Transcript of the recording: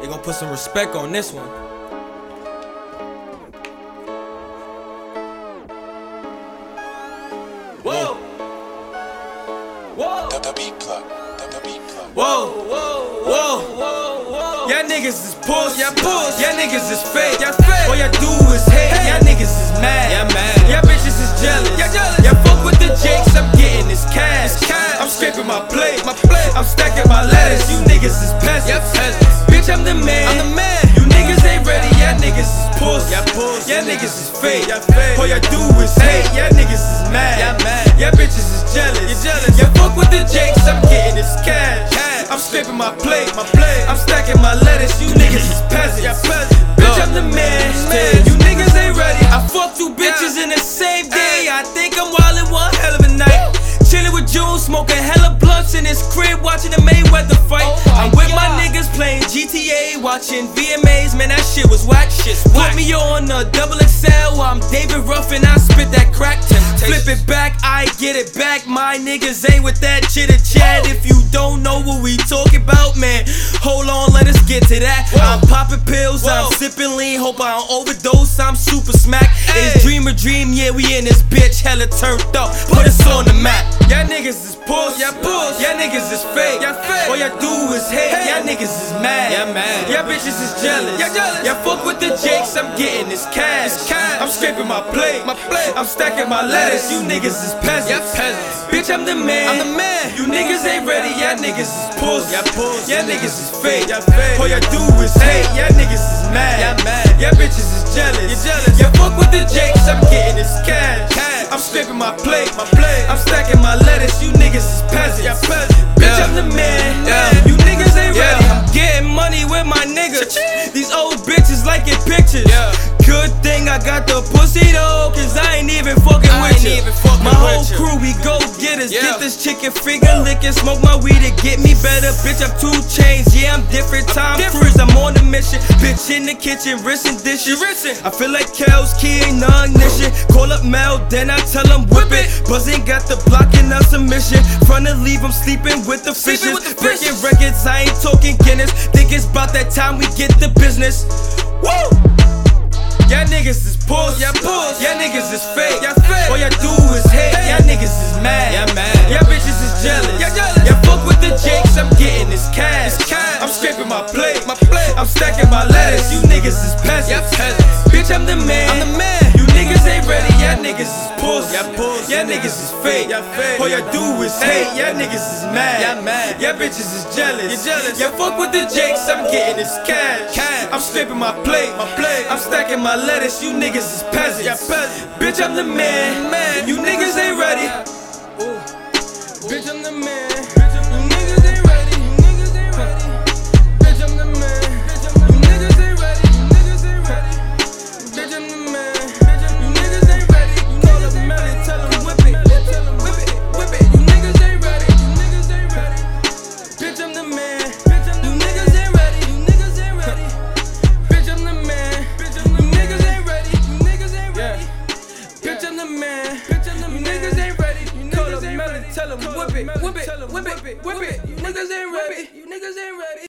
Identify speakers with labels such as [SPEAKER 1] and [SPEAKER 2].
[SPEAKER 1] They gonna put some respect on this one. Whoa! Whoa!
[SPEAKER 2] The, the beat plug. The, the beat plug.
[SPEAKER 1] Whoa, whoa, whoa, Y'all niggas is puss, y'all puss. Y'all niggas is fake, y'all fake. All y'all do is hate, y'all niggas is mad, y'all mad. Y'all bitches is jealous, y'all jealous. Y'all fuck with the jakes, I'm getting this cash. I'm scraping my plate, my plate. I'm stacking my lettuce. You niggas is peasants, y'all peasants. Bitch, I'm the man, I'm the man. You niggas ain't ready, y'all niggas is puss, y'all puss. Y'all niggas is fake, y'all fake. All y'all do is hate, y'all niggas is mad, y'all mad. Y'all bitches is jealous, you jealous. Y'all fuck with the jakes, I'm getting this cash. I'm scraping my plate, my plate. I'm stacking my lettuce. You niggas is peasants. Yeah, peasants. Bitch, I'm the man. man. You niggas ain't ready. I fucked two bitches in the same day. I think I'm wildin' one hell of a night. Chillin' with June, smoking hella blunts in his crib, watching the Mayweather fight. I'm with Oh my niggas playing GTA, watching VMAs. Man, that shit was whack. Shit, put me on a double XL. I'm David Ruffin. I spit that crack. Flip it back, I get it back. My niggas ain't with that chitter chat. If you don't know what we talking about, man, hold on, let us get to that. I'm popping pills, I'm sipping lean. Hope I don't overdose. I'm super smack. It's dream a dream, yeah, we in this bitch. Hella turned up. Put us on the map. Y'all niggas is puss, y'all puss. Y'all niggas is fake, y'all fake. All y'all do is hate. Y'all niggas is mad, y'all mad. Y'all bitches is jealous, y'all jealous. Y'all fuck with the jakes, I'm getting this cash. I'm scraping my plate, my plate. I'm stacking my lettuce. You niggas is peasants, y'all peasants. Bitch, I'm the man, I'm the man. You niggas ain't ready, y'all niggas is puss, y'all puss. Y'all niggas is fake, y'all fake. All y'all do is hate. Y'all niggas is mad, y'all mad. Y'all bitches is jealous, you jealous. Y'all fuck with the jakes, I'm getting this cash. I'm scraping my plate, my plate. I'm stacking my lettuce. You niggas is peasants, y'all peasants. Bitch, I'm the man, You niggas ain't ready. I'm getting money with my niggas. These old bitches like it pictures. Good thing I got the pussy though, cause I ain't even fucking
[SPEAKER 3] I
[SPEAKER 1] with
[SPEAKER 3] ain't
[SPEAKER 1] you.
[SPEAKER 3] even fucking
[SPEAKER 1] My whole
[SPEAKER 3] with you.
[SPEAKER 1] crew, we go getters.
[SPEAKER 3] Yeah.
[SPEAKER 1] Get this chicken finger licking, smoke my weed to get me better. Bitch, I'm two chains, yeah, I'm different. Time cruise, I'm on a mission. Bitch in the kitchen, rinsing dishes. I feel like Cal's key ain't none this shit. Call up Mel, then I tell him whip it. Buzzin' got the block in a submission. Front to leave, I'm sleeping with the
[SPEAKER 3] Sleeping
[SPEAKER 1] fishes.
[SPEAKER 3] with the
[SPEAKER 1] Breaking
[SPEAKER 3] fishes.
[SPEAKER 1] records, I ain't talking Guinness. Think it's about that time we get the business. Woo! Y'all niggas is puss, y'all puss. Y'all niggas is fake, y'all fake. All y'all do is hate, y'all niggas is mad, y'all mad. Y'all bitches is jealous, y'all jealous. Y'all fuck with the jakes, I'm getting this cash. I'm scraping my plate, my plate. I'm stacking my lettuce. You niggas is peasants, y'all peasants. Bitch, I'm the man, I'm the man. You niggas ain't ready, y'all niggas is puss, y'all puss. Y'all niggas is fake, y'all fake. All y'all do is hate, y'all niggas is mad, y'all mad. Y'all bitches is jealous, you jealous. Y'all fuck with the jakes, I'm getting this cash. I'm scraping my plate, my plate. I'm stacking my lettuce. You niggas is peasants. Bitch, I'm the man. man. You niggas ain't ready. Bitch, I'm the man. You niggas ain't ready. You niggas ain't ready. Bitch, I'm the man. You niggas ain't ready. You niggas ain't ready. Bitch, I'm the man. You niggas ain't ready. You call up Melly, tell him whip it. Whip it, whip it. You niggas ain't ready. You niggas ain't ready. Bitch, I'm the man. You niggas ain't ready. You niggas ain't ready. Bitch, I'm the man. You niggas ain't ready. You niggas ain't ready. Bitch, I'm the man. You niggas ain't ready. Call up Melly, tell him whip it, whip it, whip it, whip it. You niggas ain't ready. You